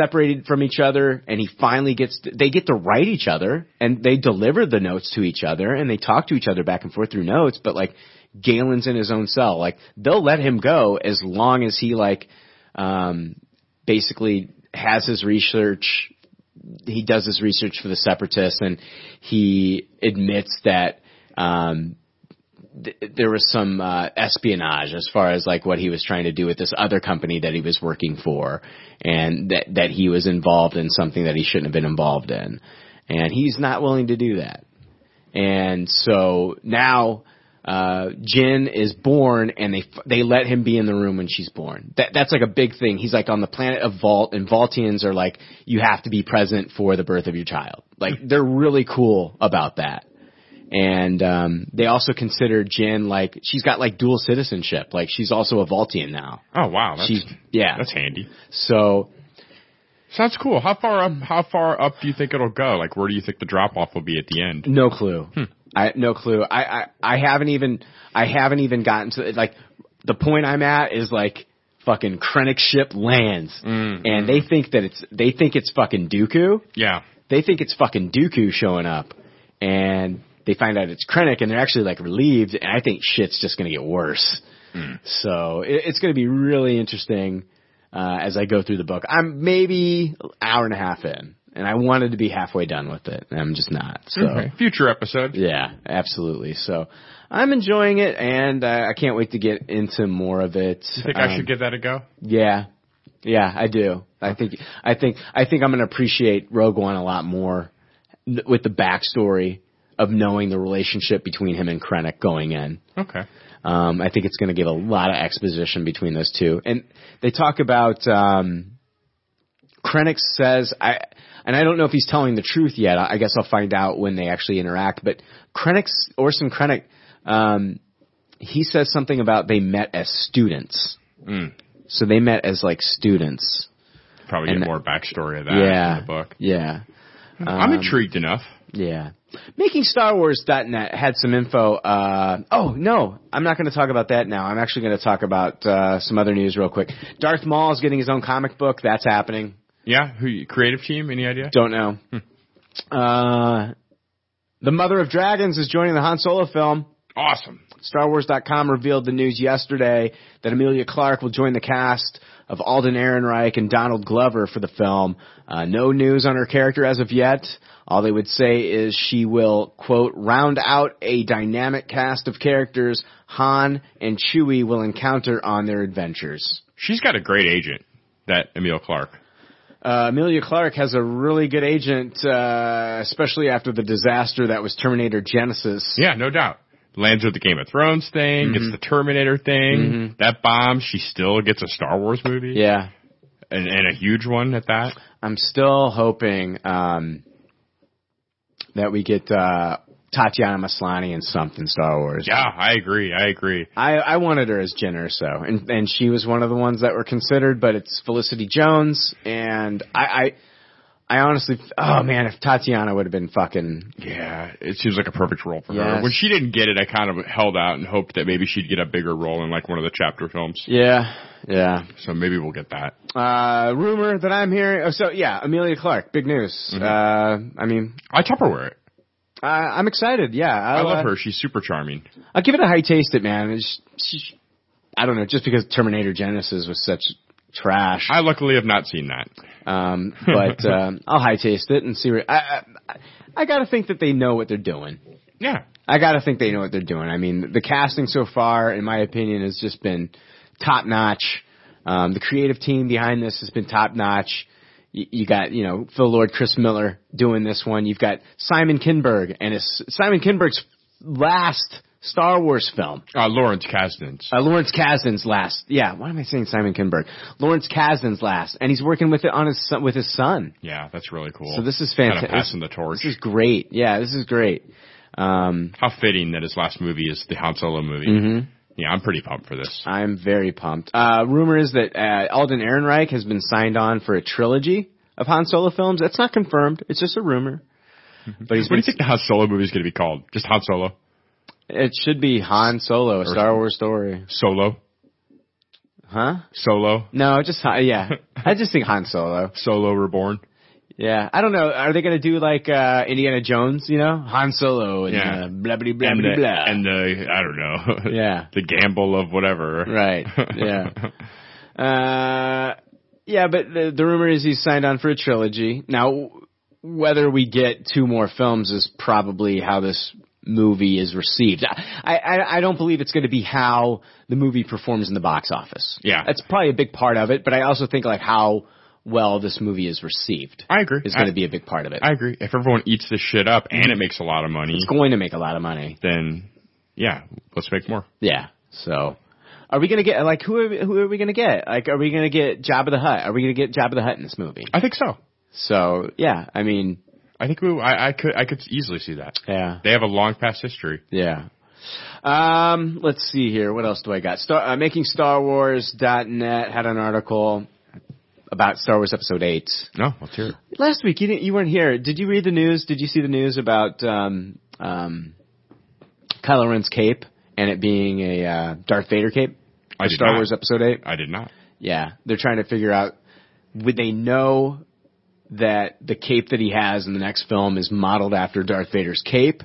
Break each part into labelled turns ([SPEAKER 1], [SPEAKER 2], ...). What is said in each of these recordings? [SPEAKER 1] separated from each other and he finally gets they get to write each other and they deliver the notes to each other and they talk to each other back and forth through notes but like Galen's in his own cell like they'll let him go as long as he like um basically has his research he does his research for the separatists and he admits that um th- there was some uh, espionage as far as like what he was trying to do with this other company that he was working for, and that that he was involved in something that he shouldn't have been involved in, and he's not willing to do that, and so now. Uh, Jin is born and they, f- they let him be in the room when she's born. That, that's like a big thing. He's like on the planet of Vault and Vaultians are like, you have to be present for the birth of your child. Like, they're really cool about that and um, they also consider Jin like she's got like dual citizenship, like she's also a Vaultian now.
[SPEAKER 2] Oh wow, that's
[SPEAKER 1] She's yeah.
[SPEAKER 2] that's handy.
[SPEAKER 1] So
[SPEAKER 2] Sounds cool. How far up? How far up do you think it'll go? Like, where do you think the drop off will be at the end?
[SPEAKER 1] no clue. I no clue. I, I I haven't even I haven't even gotten to like the point I'm at is like fucking Krennic ship lands, and they think that it's they think it's fucking Dooku.
[SPEAKER 2] Yeah,
[SPEAKER 1] they think it's fucking Dooku showing up, and they find out it's Krennic, and they're actually like relieved. And I think shit's just gonna get worse.
[SPEAKER 2] Hmm.
[SPEAKER 1] So it, it's gonna be really interesting uh, as I go through the book. I'm maybe an hour and a half in, and I wanted to be halfway done with it, and I'm just not. So
[SPEAKER 2] future episode.
[SPEAKER 1] yeah, absolutely. So I'm enjoying it, and uh, I can't wait to get into more of it.
[SPEAKER 2] You think I
[SPEAKER 1] Um,
[SPEAKER 2] should give that a go?
[SPEAKER 1] yeah. Yeah, I do. I think, I think, I think I'm going to appreciate Rogue One a lot more n- with the backstory of knowing the relationship between him and Krennic going in.
[SPEAKER 2] Okay.
[SPEAKER 1] Um, I think it's going to give a lot of exposition between those two. And they talk about, um, Krennic says, I, and I don't know if he's telling the truth yet. I I guess I'll find out when they actually interact, but Krennic's, Orson Krennic, um, he says something about they met as students. So they met as like students.
[SPEAKER 2] Probably get
[SPEAKER 1] And-
[SPEAKER 2] more backstory of that
[SPEAKER 1] yeah. um,
[SPEAKER 2] in the book.
[SPEAKER 1] Yeah.
[SPEAKER 2] I'm intrigued enough.
[SPEAKER 1] Yeah. MakingStarWars.net had some info. Uh, oh, no, I'm not going to talk about that now. I'm actually going to talk about uh, some other news real quick. Darth Maul is getting his own comic book. That's happening.
[SPEAKER 2] Yeah, who creative team? Any idea?
[SPEAKER 1] Don't know. Uh, the Mother of Dragons is joining the Han Solo film.
[SPEAKER 2] Awesome.
[SPEAKER 1] StarWars.com revealed the news yesterday that Amelia Clark will join the cast of Alden Ehrenreich and Donald Glover for the film. Uh, no news on her character as of yet. All they would say is she will, quote, round out a dynamic cast of characters Han and Chewie will encounter on their adventures.
[SPEAKER 2] She's got a great agent. That Emil Clark.
[SPEAKER 1] Uh, Amelia Clark has a really good agent, uh, especially after the disaster that was Terminator Genesis.
[SPEAKER 2] Yeah, no doubt. Lands with the Game of Thrones thing,
[SPEAKER 1] Mm-hmm.
[SPEAKER 2] gets the Terminator thing, that bomb. She still gets a Star Wars movie,
[SPEAKER 1] Yeah.
[SPEAKER 2] and, and a huge one at that.
[SPEAKER 1] I'm still hoping um, that we get uh, Tatiana Maslany in something Star Wars.
[SPEAKER 2] Yeah, I agree. I agree.
[SPEAKER 1] I, I wanted her as Jyn Erso, and and she was one of the ones that were considered, but it's Felicity Jones, and I I, I honestly, oh man, if Tatiana would have been fucking
[SPEAKER 2] Yeah, it seems like a perfect role for her.
[SPEAKER 1] Yes.
[SPEAKER 2] When she didn't get it, I kind of held out and hoped that maybe she'd get a bigger role in like one of the chapter films.
[SPEAKER 1] yeah yeah
[SPEAKER 2] So maybe we'll get that.
[SPEAKER 1] uh, rumor that I'm hearing. Oh, so yeah, Amelia Clark, big news.
[SPEAKER 2] Mm-hmm.
[SPEAKER 1] Uh, I mean,
[SPEAKER 2] I Tupperware it.
[SPEAKER 1] I, I'm excited. Yeah,
[SPEAKER 2] I
[SPEAKER 1] I'll, uh,
[SPEAKER 2] love her. She's super charming.
[SPEAKER 1] I'll give it a high taste. It man, it's, it's- I don't know, just because Terminator Genesis was such trash.
[SPEAKER 2] I luckily have not seen that.
[SPEAKER 1] Um, but um, I'll high taste it and see. Where, I, I I gotta think that they know what they're doing.
[SPEAKER 2] Yeah.
[SPEAKER 1] I gotta think they know what they're doing. I mean, the casting so far, in my opinion, has just been top notch. Um, the creative team behind this has been top notch. You, you got, you know, Phil Lord, Chris Miller doing this one. You've got Simon Kinberg, and it's Simon Kinberg's last Star Wars film.
[SPEAKER 2] Uh, Lawrence Kasdan's.
[SPEAKER 1] Uh, Lawrence Kasdan's last. Yeah, why am I saying Simon Kinberg? Lawrence Kasdan's last, and he's working with it on his son, with his son.
[SPEAKER 2] yeah, that's really cool.
[SPEAKER 1] So this is
[SPEAKER 2] Kind
[SPEAKER 1] fantastic.
[SPEAKER 2] of passing the torch.
[SPEAKER 1] This is great. Yeah, this is great. Um,
[SPEAKER 2] How fitting that his last movie is the Han Solo movie.
[SPEAKER 1] Mm-hmm.
[SPEAKER 2] Yeah, I'm pretty pumped for this.
[SPEAKER 1] I'm very pumped. Uh, rumor is that uh, Alden Ehrenreich has been signed on for a trilogy of Han Solo films. That's not confirmed. It's just a rumor. But he's been,
[SPEAKER 2] What do you think the Han Solo movie is going to be called? Just Han Solo?
[SPEAKER 1] it should be Han Solo, a Star Wars story.
[SPEAKER 2] Solo?
[SPEAKER 1] Huh?
[SPEAKER 2] Solo.
[SPEAKER 1] No, just Han- yeah. I just think Han Solo.
[SPEAKER 2] Solo Reborn.
[SPEAKER 1] Yeah, I don't know. Are they gonna do like uh Indiana Jones? You know, Han Solo and
[SPEAKER 2] Yeah.
[SPEAKER 1] uh, blah blah blah
[SPEAKER 2] And
[SPEAKER 1] blah
[SPEAKER 2] the,
[SPEAKER 1] blah.
[SPEAKER 2] and the, I don't know.
[SPEAKER 1] Yeah.
[SPEAKER 2] the gamble of whatever.
[SPEAKER 1] right. Yeah. Uh, yeah, but the, the rumor is he's signed on for a trilogy. Now, w- whether we get two more films is probably how this movie is received. I, I, I don't believe it's going to be how the movie performs in the box office.
[SPEAKER 2] Yeah.
[SPEAKER 1] That's probably a big part of it, but I also think like how well this movie is received
[SPEAKER 2] I agree.
[SPEAKER 1] is
[SPEAKER 2] I-
[SPEAKER 1] going to be a big part of it.
[SPEAKER 2] I agree. If everyone eats this shit up and it makes a lot of money,
[SPEAKER 1] it's going to make a lot of money.
[SPEAKER 2] then yeah, let's make more.
[SPEAKER 1] Yeah. So, are we gonna get like who are we, who are we gonna get? Like, are we gonna get Job of the Hut? Are we gonna get Job of the Hut in this movie?
[SPEAKER 2] I think so.
[SPEAKER 1] So yeah, I mean,
[SPEAKER 2] I think we. I, I could. I could easily see that.
[SPEAKER 1] yeah,
[SPEAKER 2] They have a long past history.
[SPEAKER 1] yeah. Um, let's see here. What else do I got? Star, uh, making Star Wars.net had an article about Star Wars Episode Eight
[SPEAKER 2] No, let's hear it.
[SPEAKER 1] last week. You didn't, you weren't here. Did you read the news? Did you see the news about um, um, Kylo Ren's cape and it being a uh, Darth Vader cape?
[SPEAKER 2] I
[SPEAKER 1] for
[SPEAKER 2] did
[SPEAKER 1] Star
[SPEAKER 2] not.
[SPEAKER 1] Wars Episode Eight.
[SPEAKER 2] I did not.
[SPEAKER 1] Yeah, they're trying to figure out would they know that the cape that he has in the next film is modeled after Darth Vader's cape.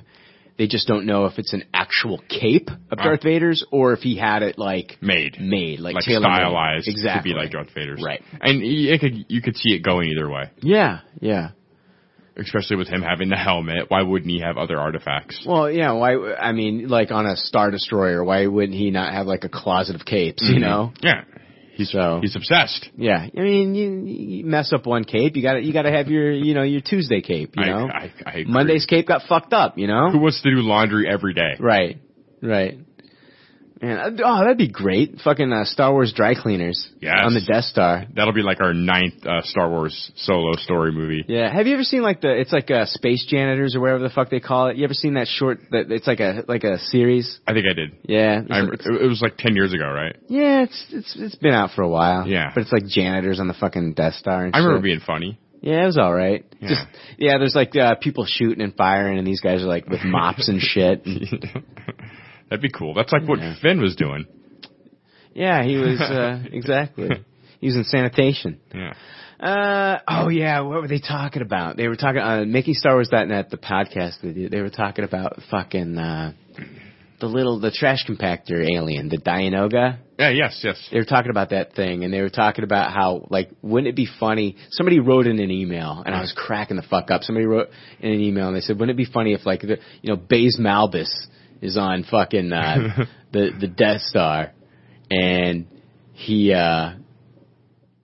[SPEAKER 1] They just don't know if it's an actual cape of
[SPEAKER 2] Wow.
[SPEAKER 1] Darth Vader's or if he had it like
[SPEAKER 2] Made.
[SPEAKER 1] made, like,
[SPEAKER 2] Like
[SPEAKER 1] tailor-made.
[SPEAKER 2] stylized
[SPEAKER 1] exactly.
[SPEAKER 2] to be like Darth Vader's,
[SPEAKER 1] Right.
[SPEAKER 2] And y- it could you could see it going either way,
[SPEAKER 1] Yeah, yeah.
[SPEAKER 2] especially with him having the helmet. Why wouldn't he have other artifacts?
[SPEAKER 1] Well, yeah. Why? I mean, like on a star destroyer, why wouldn't he not have like a closet of capes?
[SPEAKER 2] Mm-hmm.
[SPEAKER 1] You know.
[SPEAKER 2] Yeah, he's
[SPEAKER 1] So-
[SPEAKER 2] he's obsessed.
[SPEAKER 1] Yeah, I mean, you, you mess up one cape, you got to you got to have your, you know, your Tuesday cape. You
[SPEAKER 2] I-
[SPEAKER 1] know,
[SPEAKER 2] I- I agree.
[SPEAKER 1] Monday's cape got fucked up. You know,
[SPEAKER 2] Who wants to do laundry every day?
[SPEAKER 1] Right, right. Man, I'd- oh, that'd be great. Fucking uh, Star Wars dry cleaners.
[SPEAKER 2] Yes.
[SPEAKER 1] On the Death Star.
[SPEAKER 2] That'll be like our ninth uh, Star Wars solo story movie.
[SPEAKER 1] Yeah. Have you ever seen like the? It's like uh, space janitors or whatever the fuck they call it. You ever seen that short? That it's like a like a series.
[SPEAKER 2] I think I did.
[SPEAKER 1] Yeah.
[SPEAKER 2] I,
[SPEAKER 1] It's-
[SPEAKER 2] it was like ten years ago, right?
[SPEAKER 1] yeah. It's it's it's been out for a while.
[SPEAKER 2] Yeah.
[SPEAKER 1] But it's like janitors on the fucking Death Star. And
[SPEAKER 2] I remember
[SPEAKER 1] shit.
[SPEAKER 2] being funny.
[SPEAKER 1] Yeah, it was all right.
[SPEAKER 2] Yeah.
[SPEAKER 1] Just yeah. There's like uh, people shooting and firing, and these guys are like with mops and shit.
[SPEAKER 2] That'd be cool. That's like what
[SPEAKER 1] Yeah.
[SPEAKER 2] Finn was doing.
[SPEAKER 1] Yeah, he was uh, exactly. He was in sanitation.
[SPEAKER 2] Yeah.
[SPEAKER 1] Uh, oh yeah, what were they talking about? They were talking uh, making Star Wars.net the podcast they do. They were talking about fucking uh, the little the trash compactor alien, the Dianoga.
[SPEAKER 2] Yeah. Yes. Yes.
[SPEAKER 1] They were talking about that thing, and they were talking about how like wouldn't it be funny? Somebody wrote in an email, and I was cracking the fuck up. Somebody wrote in an email, and they said, wouldn't it be funny if like the you know Baze Malbus is on fucking uh, the the Death Star, and he uh